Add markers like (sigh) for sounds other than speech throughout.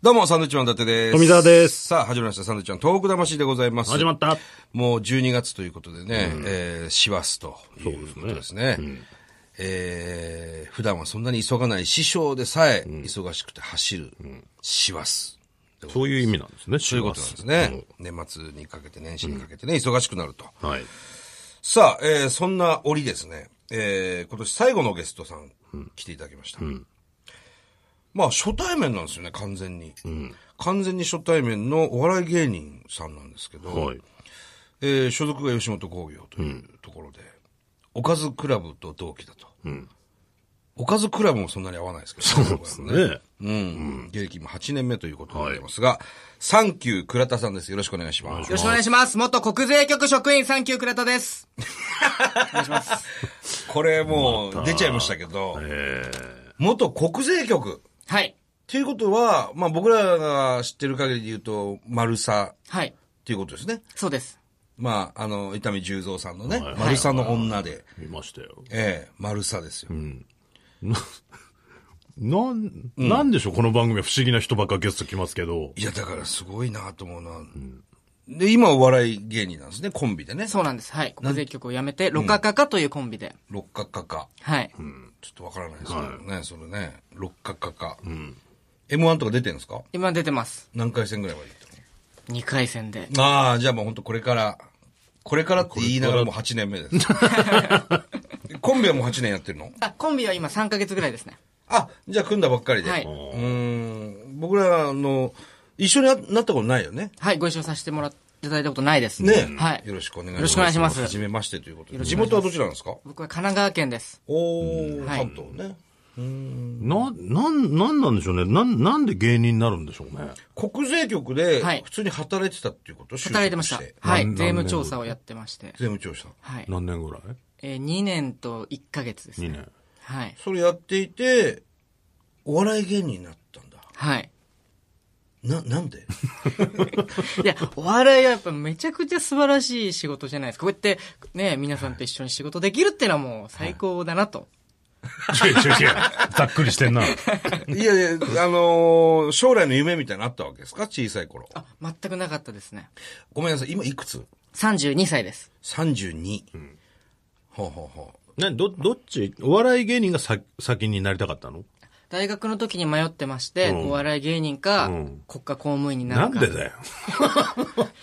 どうも、サンドウィッチマン伊達です。富澤ですさあ、始まりました。サンドウィッチマン、東北魂でございます。始まった。もう12月ということでね、えー、師走ということですね。えー、普段はそんなに急がない師匠でさえ、忙しくて走る、師走。そういう意味なんですね。ということなんですね。年末にかけて、年始にかけてね、忙しくなると。うん。はい。さあ、えー、そんな折ですね、えー、今年最後のゲストさん、来ていただきました。まあ、初対面なんですよね、完全に。完全に初対面のお笑い芸人さんなんですけど、はい。えー所属が吉本興業というところで、おかずクラブと同期だと。おかずクラブもそんなに合わないですけど、そうですね。え。うん。芸歴も8年目ということになりますが、サンキュー倉田さんです。よろしくお願いしますよろ。しくお願いします。元国税局職員3級倉田です。 (laughs) これもう出ちゃいましたけど、元国税局。はい。っていうことは、まあ僕らが知ってる限りで言うと、丸さはい。っていうことですね。そうです。まあ、あの、伊丹十三さんのね、丸さの女で、見ましたよ。ええ、丸さですよ。なん、なんでしょう、この番組は不思議な人ばっかゲスト来ますけど。いや、だからすごいなと思うな。で、今お笑い芸人なんですね、コンビでね。そうなんです。はい。国税局を辞めて、ロカカカというコンビで。六角化か。はい。ちょっとわからないですけどね、それね。六角化か。M1 とか出てるんですか今出てます。何回戦ぐらいまで行ったの2回戦で。ああ、じゃあもう本当これから、これからって言いながらもう8年目 (laughs) です。コンビはもう8年やってるのあ、コンビは今3ヶ月ぐらいですね。あ、じゃあ組んだばっかりで。はいうーん。僕らの、一緒にななったことないよね。はい。ご一緒させてもらっていただいたことないです。ねえはい。よろしくお願いします。よろしくお願いしますはじめましてということで。ろし地くお願いし元まはどちらなんですか僕は神奈川県です。おー、はい関東ね。な、なん、なんなんでしょうね。なん、なんで芸人になるんでしょうね。国税局ではい、普通に働いてたっていうこと働いてました就職て。はい何。税務調査をやってまして。税務調査。はい。何年ぐらいえー、2年と1ヶ月です ?2 ね。年。はい。それやっていて、お笑い芸人になったんだ。はい。な、なんでいや、 (laughs) お笑いはやっぱめちゃくちゃ素晴らしい仕事じゃないですか。こうやってね、皆さんと一緒に仕事できるってのはもう最高だなと。違う違 (laughs) う違う。ざっくりしてんな。 (laughs) いやいや、あのー将来の夢みたいなのあったわけですか小さい頃。あ、全くなかったですね。ごめんなさい、今いくつ32歳です。 ?32。ほうほうほう。な、ど、どっちお笑い芸人がさ、先になりたかったの大学の時に迷ってまして、うんお笑い芸人か、うん国家公務員にななるんか。でだよ。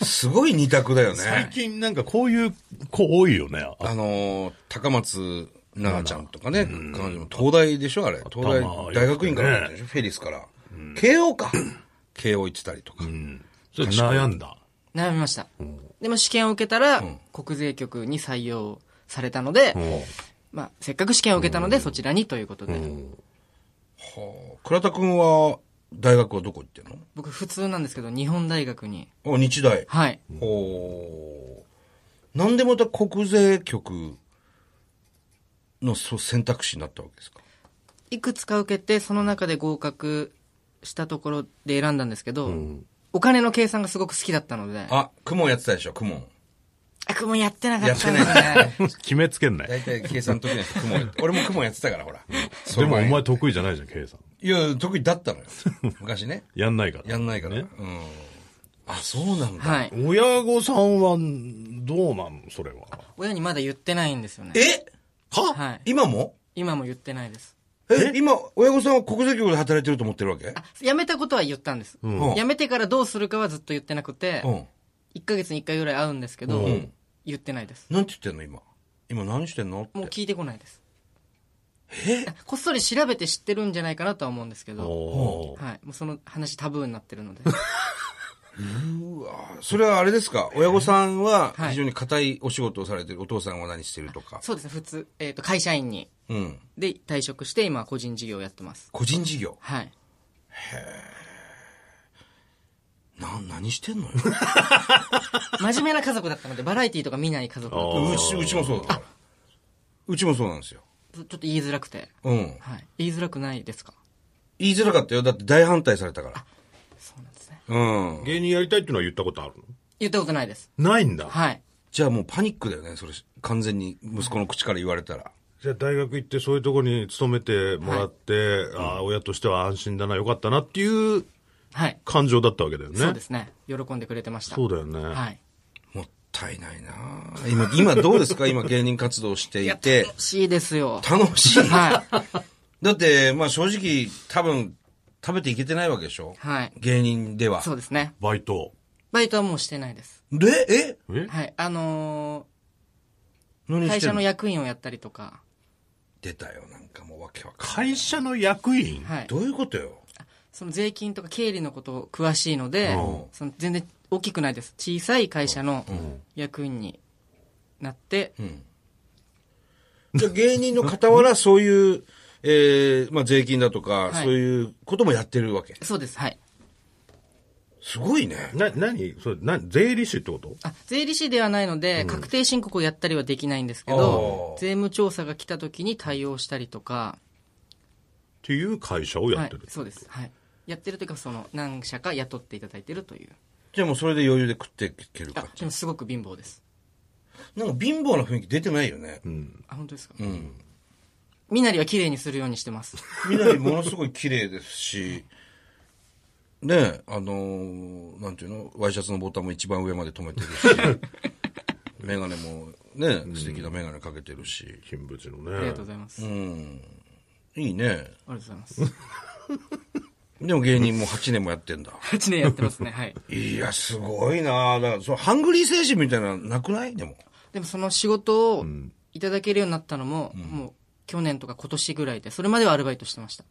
すごい二択だよ最ね。近なんかこういう子多いよね。ああのー、高松奈々ちゃんとかね、彼女も東大でしょあれ。東大、頭良くてね大学院から入ったでしょフェリスから。慶応か。慶応行ってたりとか。それ悩んだ。悩みました。でも試験を受けたら、国税局に採用されたので、うんまあ、せっかく試験を受けたので、そちらにということで。はあ倉田くんは、大学はどこ行ってん僕、普通なんですけど、日本大学に。のあ、日大。はい。ほう。なんでまた国税局のそう選択肢になったわけですかいくつか受けて、その中で合格したところで選んだんですけど、お金の計算がすごく好きだったので、あ、あ、公文やってたでしょ、公文。くもやってなかったんでやっすてね。決めつけんない。大体計算得意な人、公文やって。俺も公文やってたから、ほら。そのでもお前前得意じゃないじゃん、計算。いや、得意だったのよ。昔ね。やんないから。やんないから。ねうん。あ、そうなんだ。 (laughs) はい。親御さんは、どうなんそれは。親にまだ言ってないんですよね。えははい今も今も言ってないです。え、今、親御さんは国税局で働いてると思ってるわけあ、辞めたことは言ったんです。ん辞めてからどうするかはずっと言ってなくて、うん。 1ヶ月に1回ぐらい会うんですけど、ん言ってないです。なんて言ってんの、今。今何してんのもうって。聞いてこないです。えこっそり調べて知ってるんじゃないかなとは思うんですけど、おーはい。もうその話タブーになってるので。それはあれですか親御さんははい非常に固いお仕事をされてる。お父さんは何してるとか。そうですね、普通、えっ、と、会社員に。うん。で、退職して、今、個人事業をやってます。個人事業。はい。な、何してんのよ。真面目な家族だったので、バラエティとか見ない家族だったのうち、うちもそうだから。うちもそうなんですよ。でちょっと言いづらくて。うん。はい。言いづらくないですか言いづらかったよ。だって大反対されたから。そうなんですね。うん。芸人やりたいっていうのは言ったことある言ったことないです。のないんだ。はい。じゃあもうパニックだよね。それ、完全に息子の口から言われたら。じゃあ大学行ってそういうところに勤めてもらって、ああ、親としては安心だな、よかったなっていうはい。感情だったわけだよね。そうですね。喜んでくれてました。そうだよね。はい。もったいないなぁ今、今どうですか今芸人活動していいや、て楽。しいですよ。楽しい。はい。だって、まあ正直、多分、食べていけてないわけでしょはい。芸人では。そうですね。バイト。バイトはもうしてないです。で、ええはい。あの何ー、し会て社んのの役員をやったりとか。出たよ、なんかもうわけわかんない。会社の役員はい。どういうことよその税金とか経理のこと詳しいので、うんその全然大きくないです。小さい会社の役員になって、うん。じゃあ芸人の傍らそういう、えー、まあ税金だとか、はいそういうこともやってるわけ。そうです。はい。すごいね。な、なにそれ、な、税理士ってことあ、税理士ではないので、確定申告をやったりはできないんですけどあー、税務調査が来た時に対応したりとか、っていう会社をやはっいてる。、そうです。はい。やってるというか、その、何社か雇っていただいてるという。じゃあもうそれで余裕で食っていけるあか、。でもすごく貧乏です。なんか貧乏な雰囲気出てないよね。あ、本当ですかうん。みなりは綺麗にするようにしてます。みなりものすごい綺麗ですし、ねえ、あのーなんていうのワイシャツのボタンも一番上まで留めてる (laughs) し、メガネもね、素敵なメガネかけてるし、金縁のありねがとう。ございまうす。あん。いいね。りがとうございます。でも芸人も8年もやってんだ。 8年やってますね、はい。いや、すごいなだから、その、ハングリー精神みたいなのなくないでも。でもその仕事をいただけるようになったのも、もう去年とか今年ぐらいで、それまではアルバイトしてました。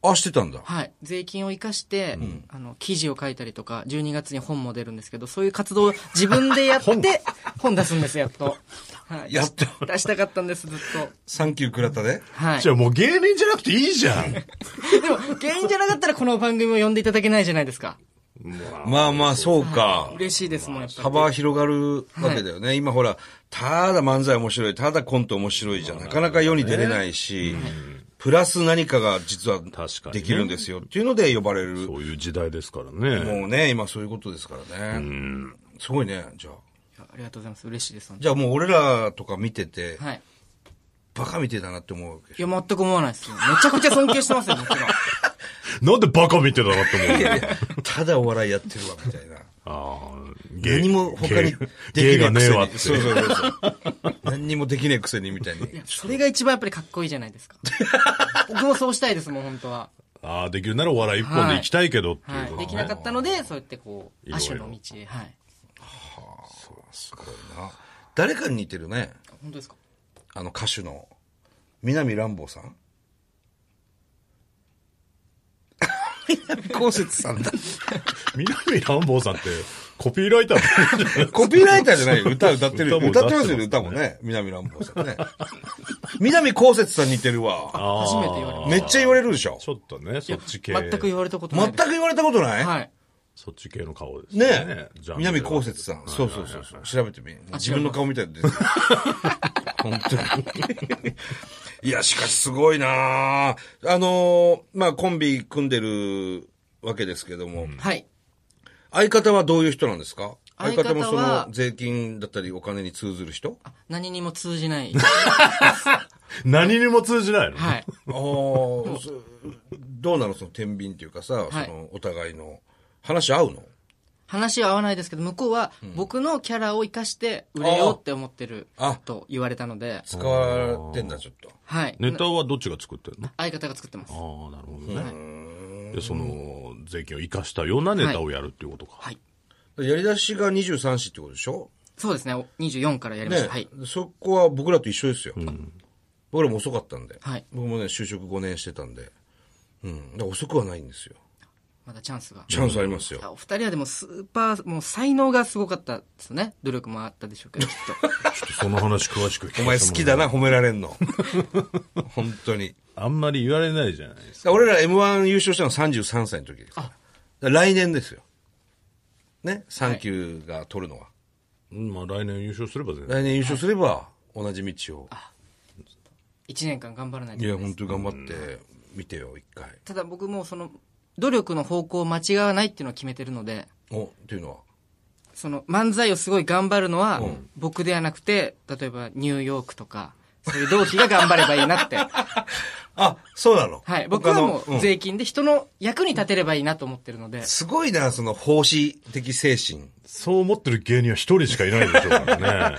あ、してたんだ。はい。税金を生かして、あの、記事を書いたりとか、12月に本も出るんですけど、そういう活動を自分でやって、 (laughs) 本出すんです、やっと。はい。やっと出したかったんです、ずっと。サンキュー倉田で。はいじ。ゃあもう芸人じゃなくていいじゃん。 (laughs) でも、芸人じゃなかったらこの番組を呼んでいただけないじゃないですか。まあまあ、そうか。嬉しいですもん、やっぱり。幅は広がるわけだよね。今ほら、ただ漫才面白い、ただコント面白いじゃ、なかなか世に出れないし、プラス何かが実はかにねできるんですよっていうので呼ばれる。そういう時代ですからね。もうね、今そういうことですからね。すごいね、じゃあ。いやありがとうございます。嬉しいです、本当じゃあもう俺らとか見ててに、はい。バカみてえだなって思うわけでしいょや、全く思わないですよ。めちゃくちゃ尊敬してますよ、もちろん。なんでバカ見てたなってい思やういやただお笑いやってるわ、みたいな。ああ、芸何も他に芸できがねねえくえせわっに。て。そうそうそうそう。何にもできねえくせにみたいにい。や、 (laughs) それが一番やっぱりかっこいいじゃない (laughs) ですか。僕もそうしたいですもん、本当は。ああ、できるならお笑い一本で行きたいけどっていうはこい。とできなかったので、そうやってこう、いろ亜いろ種の道へ。はい。すごいな。誰かに似てるね。本当ですかあの歌手の。南乱暴さん南こうせつさんだ。南乱暴さんってコピーライター (laughs) だねコピーライターじゃないよ。歌歌ってるよ。歌も歌ってますよね、歌歌ってもますねね。南乱暴さんね。南こうせつさん似てるわ。あー初めて言われまめっちゃ言われるでしょ。ちょっとね、そっち系。全く言われたことない全です。く言われたことないはい。そっち系の顔ですね。ねえ。南こうせつつさん。そうそうそうそう。調べてみ。自分の顔みたいです。本当に。 (laughs) いや、しかしすごいなああのーまあ、コンビ組んでるわけですけども、はい。相方はどういう人なんですか相相方方もはその税金だったりお金に通ずる人あ何にも通 (laughs) じない。何にも通じないのはい。 (laughs) ああ、そどうなのその天秤っていうかさ、はいそのお互いの話合うの話は合わないですけど、向こうは僕のキャラを生かして売れようって思ってるあと言われたので、使われてんだ、ちょっと。はい。ネタはどっちが作ってるの相方が作ってます。ああ、なるほどね。で、その、税金を生かしたようなネタをやるっていうこ (laughs) とか。はい。やり出しが23子ってことでしょそうですね。お24からやりましねた。はい。そこは僕らと一緒ですよ。僕らも遅かったんで、はい僕もね、就職5年してたんで、うん、だから遅くはないんですよ。まだチャンスが。チャンスありますよ。あお二人はでもスーパー、もう才能がすごかったですね。努力もあったでしょう (laughs) けど、きっちょと。っとその話詳しく聞かせてお前もらいます好きだ。な、褒められ (laughs) んの。本当に。あんまり言われないじゃないですか。俺ら M1 優勝したの33歳の時ですから。だから来年ですよ。ね、サンキューが取るのは。うんまあ来年優勝すれば全然。来年優勝すれば、同じ道を。一年間頑張らないといいけや、ないです本当に頑張って、見てよ、一回。ただ僕もうその、努力の方向を間違わないっていうのを決めてるので、お、っていうのは。その漫才をすごい頑張るのは、僕ではなくて、例えばニューヨークとか、そういう同期が頑張ればいいなって。あ、そうなのはい。僕はも他のうん税金で人の役に立てればいいなと思ってるので。すごいな、その奉仕的精神。そう思ってる芸人は一人しかいないでしょうから (laughs) ね。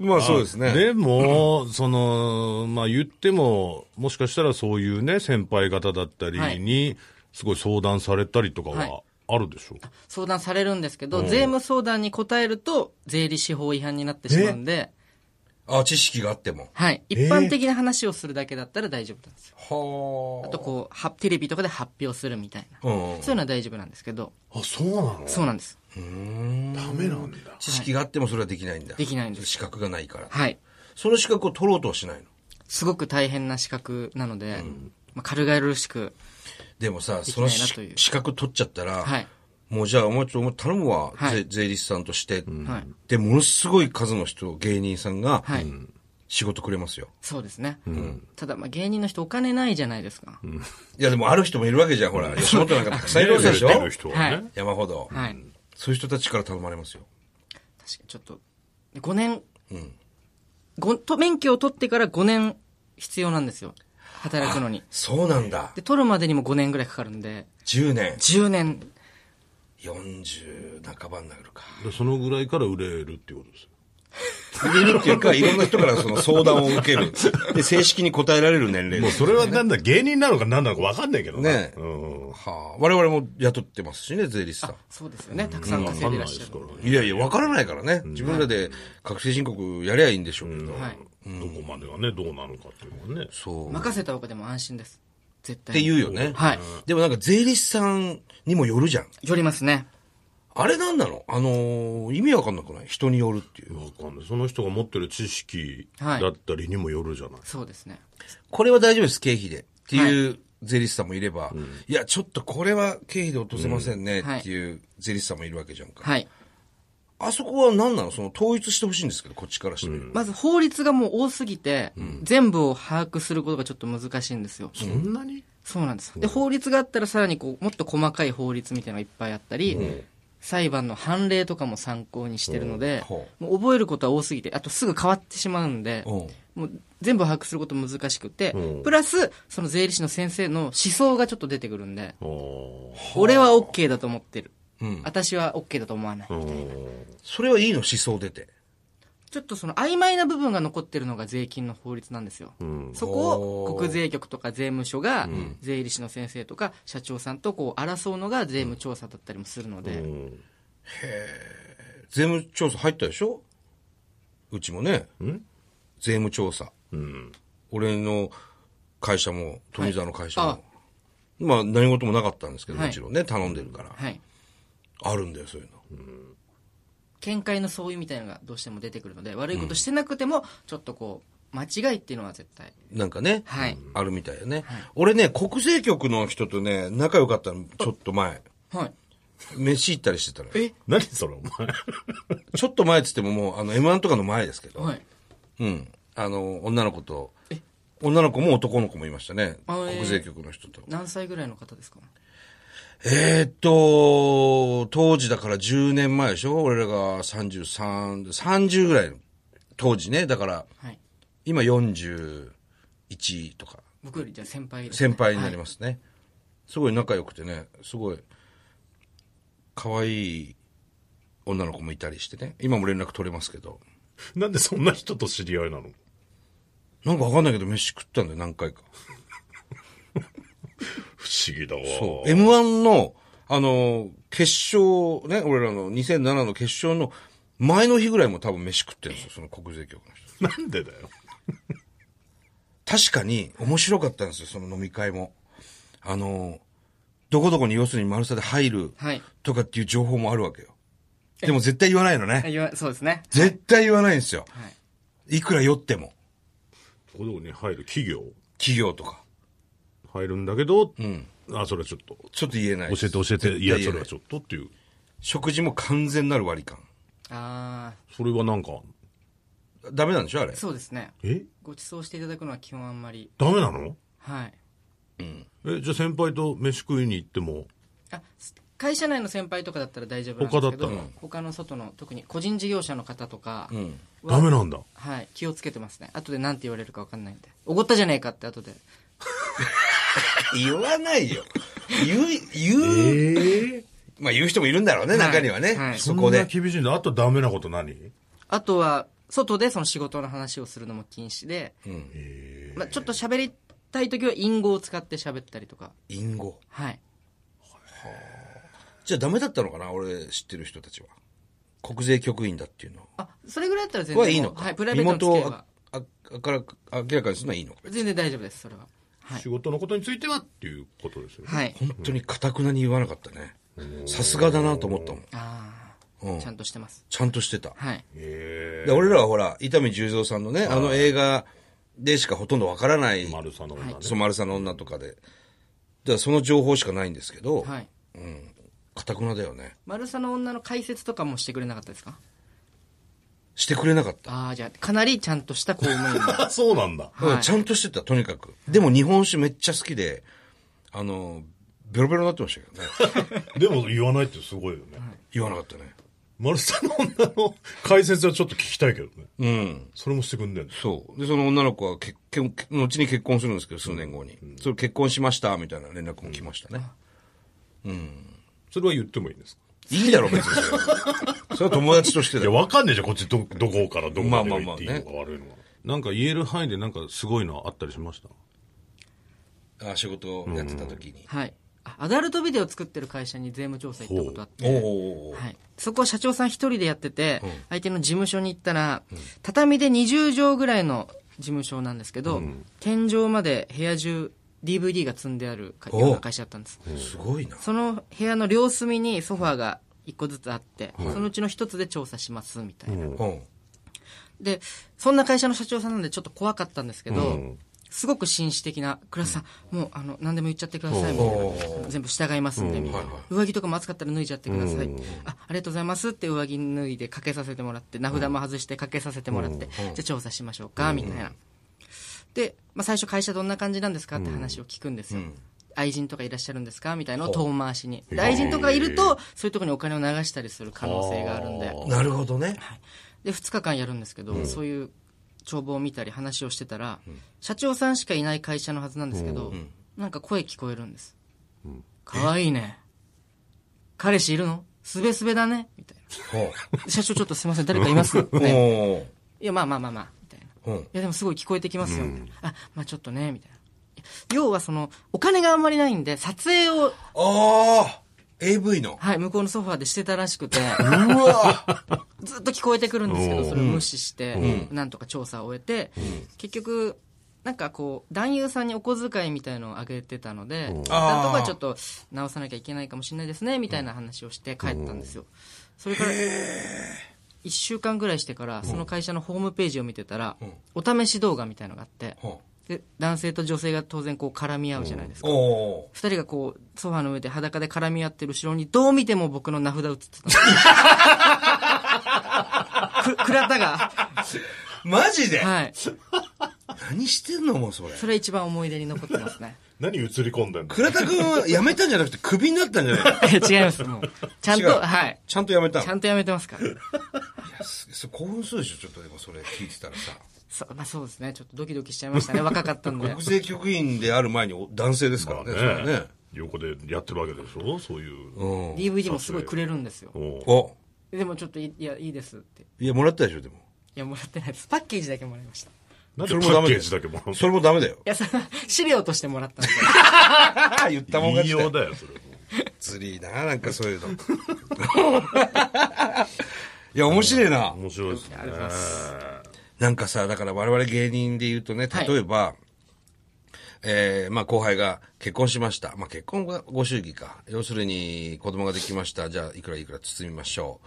まあそうですね。でも、その、まあ言っても、もしかしたらそういうね、先輩方だったりに、すごい相談されたりとかはいはあるでしょう。相談されるんですけど、うん税務相談に答えると税理士法違反になってしまうんで、あ、知識があっても。はい。一え般的な話をするだけだったら大丈夫なんですよ。はあ。あとこう、はテレビとかで発表するみたいな。う。ん。そういうのは大丈夫なんですけど、あ、そうなのそうなんです。うんダメなんだ。知識があってもそれはできないんだ。できないんです資格がないから。はい。その資格を取ろうとはしないの。すごく大変な資格なので、まあ、軽々しく、でもさ、できそないのなしという資格取っちゃったら、はいもうじゃあお前ちょっとお前頼むわ、はいぜ税理士さんとして。はいで、ものすごい数の人、芸人さんが、はい。仕事くれますよ。そうですね。ただ、まあ、芸人の人お金ないじゃないですか。いやでもある人もいるわけじゃん、ほら。吉本なんかたくさんいるわけ (laughs) でしょ出てる人ははいね。山ほど。はい。そういう人たちから頼まれますよ。確かにちょっと、5年、うんごと免許を取ってから5年必要なんですよ。働くのに。そうなんだ。で、取るまでにも5年ぐらいかかるんで、 10年。 10年。 40半ばになるか。でそのぐらいから売れるっていうことですよ。いるっていうか、いろんな人からその相談を受ける。で、正式に答えられる年齢もうです。それはなんだ、芸人なのか何なのか分かんないけどなねえうんうん。はあ、我々も雇ってますしね、税理士さん。そうですよね。たくさん分稼かいんでないらでっしゃするか。いやいや、わからないからね。自分らで確定申告やりゃいいんでしょうけど。んはいらね。どこまでがね、どうなのかっていうのはね。そう。っ任せた方がでも安心です。絶対てに。言うよね。はい。でもなんか税理士さんにもよるじゃん。よりますね。あれなんなのあのー意味わかんなくない人によるっていう。わかんない。その人が持ってる知識はいだったりにもよるじゃない。そうですね。これは大丈夫です、経費で。っていう税理士さんもいれば、い、や、ちょっとこれは経費で落とせませんねっていう税理士さんもいるわけじゃんか。はい。あそこは何なのその統一してほしいんですけど、こっちからしてみる。まず法律がもう多すぎて、全部を把握することがちょっと難しいんですよ。そんなにそうなんです。で、法律があったらさらにこう、もっと細かい法律みたいなのがいっぱいあったり、裁判の判例とかも参考にしてるので、ほもう覚えることは多すぎて、あとすぐ変わってしまうんで、うん。もう全部把握すること難しくてう、んプラス、その税理士の先生の思想がちょっと出てくるんで、ああ。俺は OK だと思ってる。うん。私は OK だと思わない。それはいいの思想出て。ちょっとその曖昧な部分が残ってるのが税金の法律なんですよ。うん。そこおをー国税局とか税務署が税理士の先生とか社長さんとこう争うのが税務調査だったりもするので、うん税務調査入ったでしょうちもね。税務調査。うん。俺の会社も、富澤の会社も。はいまあ何事もなかったんですけど、はいもちろんね、頼んでるから。はい。あるんだよ、そういうの。見解の相違みたいなのがどうしても出てくるので、悪いことしてなくても、ちょっとこう、間違いっていうのは絶対。なんかね、はいあるみたいよね、俺ね、国税局の人とね、仲良かったの、ちょっと前。はい。飯行ったりしてたのよ。え何それお前。ちょっと前っつってももう、あの、M1 とかの前ですけど。はい。うん。あの、女の子と、女の子も男の子もいましたね。あえー国税局の人と。何歳ぐらいの方ですかえー、っと、当時だから10年前でしょ俺らが33、30ぐらいの。当時ね。だから、はい。今41とか。僕よりじゃあ先輩です、先輩になりまますね、すごい仲良くてねすごい可愛い女の子もいたりしてね今も連絡取れますけどなんでそんな人と知り合いなのなんかわかんないけど飯食ったんだよ何回か不思議だわ。そう m 1のあの決勝ね俺らの2007の決勝の前の日ぐらいも多分飯食ってるんですよその国税局の人なんでだよ。確かに面白かったんですよその飲み会もあのどこどこに要するに「マルサ」で入るはい。とかっていう情報もあるわけよでも絶対言わないのねあ言わそうですね。絶対言わないんですよ。はい。いくら酔っても。どこどこに入る企業企業とか。入るんだけど、うん。あ、それはちょっと。ちょっと言えないです教えて教えて。いや、それはょちょっとっていう。食事も完全なる割り勘。あそれはなんか、ダメなんでしょあれー、。そうですね。えご馳走していただくのは基本あんまり。ダメなのはい。え、じゃあ先輩と飯食いに行っても、あす会社内の先輩とかだったら大丈夫なんですけど他だったら他の外の特に個人事業者の方とかうん。は、ダメなんだ。はい、気をつけてますね後で何て言われるか分かんないんでおごったじゃねえかって後で言わないよ。言う、言えう、ー、まあ言う人もいるんだろうね、はい中にはね。はいそこで。そんな厳しいんだ。あとダメなこと何あとは外でその仕事の話をするのも禁止で、うん。まあ、ちょっと喋りたい時は隠語を使って喋ったりとか隠語。はいじゃあダメだったのかな俺知ってる人たちは。国税局員だっていうのは。あそれぐらいだったら全然はいいのか。はい、プライベートの身付き合い元はをああから明らかにするのはいいのか。全然大丈夫ですそれははい仕、事のことについてはっていうことですよね。はい、本当にかたくなに言わなかったね。さすがだなと思ったもん。あうあんちゃんとしてますちゃんとしてた。はいえで俺らはほら、伊丹十三さんのね、あの映画でしかほとんどわからないー、、丸さの女ね。その丸さんの女とかで。だからその情報しかないんですけど、はいうん。かたくなだよね。丸さの女の解説とかもしてくれなかったですかしてくれなかった。ああじゃあかなりちゃんとした公務員あ (laughs) そうなんだ。はいうんちゃんとしてた、とにかく。でも日本酒めっちゃ好きで、あの、ベロベロになってましたけどね。でも言わないってすごいよね。言わなかったね。丸さの女の解説はちょっと聞きたいけどね。うん。それもしてくんねんのそう。で、その女の子は結婚、後に結婚するんですけど、数年後に。それ結婚しました、みたいな連絡も来ましたね。それは言ってもいいんですかいいだろ、別にそれは。それは友達としていだや、よ。わかんねえじゃん、こっちど、どこからどこまでまあがまあまあ言っていいのか悪いのか。なんか言える範囲でなんかすごいのあったりしましたあ仕事をやってた時に。はいあアダルトビデオ作ってる会社に税務調査行ったことあっておおおーはい、そこは社長さん一人でやってて、相手の事務所に行ったら、畳で20畳ぐらいの事務所なんですけど、天井まで部屋中 DVD が積んであるかおような会社だったんですすごいな。その部屋の両隅にソファーが一個ずつあって、そのうちの一つで調査しますみたいな、うん。でそんな会社の社長さんなんでちょっと怖かったんですけど、うんすごく紳士的な倉田さん、もうあの何でも言っちゃってくださいみたいな全部従いますんで、みたいなはいはい上着とかも暑かったら脱いじゃってください、あありがとうございますって上着脱いでかけさせてもらって名札も外してかけさせてもらって、じゃあ調査しましょうか、みたいなで、まあ、最初会社どんな感じなんですかって話を聞くんですよ、愛人とかいらっしゃるんですかみたいなのを遠回しにで愛人とかいるとそういうところにお金を流したりする可能性があるんでなるほどね。で2日間やるんですけど、そういう帳簿を見たり話をしてたら、社長さんしかいない会社のはずなんですけど、なんか声聞こえるんです「可愛かわいいね彼氏いるのすべすべだね」みたいほな「社長ちょっとすいません誰かい (laughs) ます?」う。ねお「いやまあまあまあまあ」みたいなお。うんい。やでもすごい聞こえてきますよ、みたいなあまあちょっとねみたいな要はそのお金があんまりないんで撮影を、ああ !AV の。はい、向こうのソファーでしてたらしくてうわずっと聞こえてくるんですけどそれを無視して、なんとか調査を終えて、結局なんかこう男優さんにお小遣いみたいのをあげてたのでなんとかちょっと直さなきゃいけないかもしれないですねみたいな話をして帰ったんですよ、それから1週間ぐらいしてからその会社のホームページを見てたら、お試し動画みたいのがあって、ほで男性と女性が当然こう絡み合うじゃないですうか、おお。二人がこう、ソファーの上で裸で絡み合ってる後ろに、どう見ても僕の名札映って (laughs) たんですく倉田が。マジではい。何してんのもうそれ。それ一番思い出に残ってますね。何映り込んでんの倉田くんは辞めたんじゃなくてクビになったんじゃない違います、もう。ちゃん違うと、はい。ちゃんと辞めたのちゃんとやめてますから。すす興奮するでしょちょっとでもそれ聞いてたらさ。そまあ、そうですね。ちょっとドキドキしちゃいましたね。若かった (laughs) んで国。税局員である前にお男性ですからね。それはね。横でやってるわけでしょそういう。う。DVD もすごいくれるんですよ。おうんおでもちょっとい、いや、いいですって。いいや、もらったでしょ、でも。や、もらってないです。 (laughs) パッケージだけもらいました。いなんそでれもパダッメだケーよ。ジだけもらうそれもダメだよ。や、その資料としてもらったんで。ああ、 (laughs) 言ったもんの勝言いちようだよ。だよ、それも。つりーな、なんかそういうの。 (laughs) いや、面白いな。面白いですね。ありがとうございます。なんかさ、だから我々芸人で言うとね、例えば、えーまあ後輩が結婚しました。まあ結婚がご祝儀か。要するに子供ができました。じゃあいくらいくら包みましょう。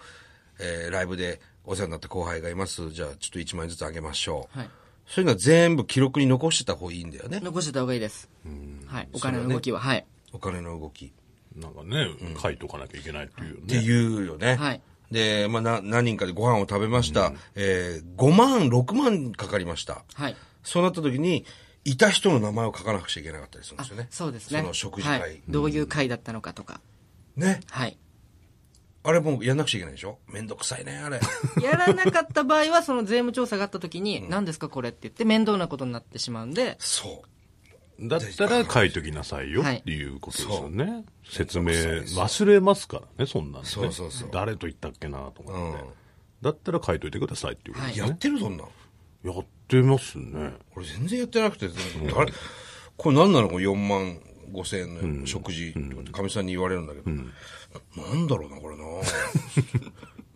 えーライブでお世話になった後輩がいます。じゃあちょっと1万円ずつあげましょう。はいそういうのは全部記録に残してた方がいいんだよね。残してた方がいいです。はい。お金の動きは、はい。お金の動き。なんかね、書いとかなきゃいけないっていうってね。いうよね。はいで、まあ、な、何人かでご飯を食べました。えー、5万、6万かかりました。はい。そうなった時に、いた人の名前を書かなくちゃいけなかったりするんですよね。そうですね。その食事会。はいどういう会だったのかとか。ね。はい。あれもうやんなくちゃいけないでしょめんどくさいね、あれ。やらなかった場合は、その税務調査があった時に、何ですかこれって言って面倒なことになってしまうんで、 (laughs) そう。だったら書いときなさいよはいっていうことですよね。説明、忘れますからね、そんなん、ね。そうそうそう誰と言ったっけなと思って。うんだったら書いといてくださいっていうことですね。やってるそんなん。やってますね。俺全然やってなくて、あれこれ何なのこれ4万5千円の食事とかってかみさんに言われるんだけど、なんだろうな、こ (laughs) れな。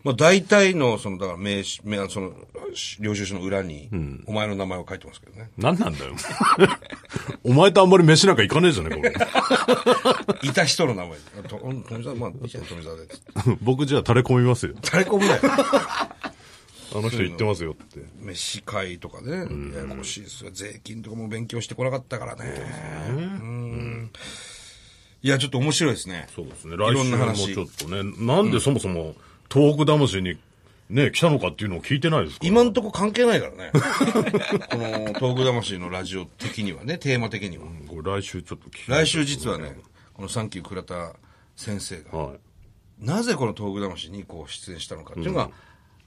まあ大体の、その、だから名刺、名、その、領収書の裏に、お前の名前を書いてますけどね。何なんだよ。 (laughs) お前とあんまり飯なんか行かねえじゃねえかいた人の名前。 (laughs) あとうん富澤、まあ、いいじゃん、富澤で。俺。僕じゃあ垂れ (laughs) 込みますよ。垂れ込む (laughs) なよ。あの人言ってますよって。飯会とかね、ややこしいですよ。税金とかも勉強してこなかったからね。うんいや、ちょっと面白いですね。そうですね。い来ろん週なも話ちょっとね、なんでそもそも東北魂にね、来たのかっていうのを聞いてないですか今んとこ関係ないからね。 (laughs) この、東北魂のラジオ的にはね、テーマ的には。これ来週ちょっと聞きたい来週実はね、このサンキュー倉田先生が、はなぜこの東北魂にこう出演したのかっていうのが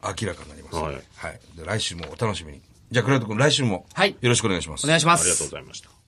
明らかになります、ねはいはい。で来週もお楽しみに。じゃあ倉田君、来週も、はいよろしくお願いします。お願いしまい。ありがとうすご。ざいました。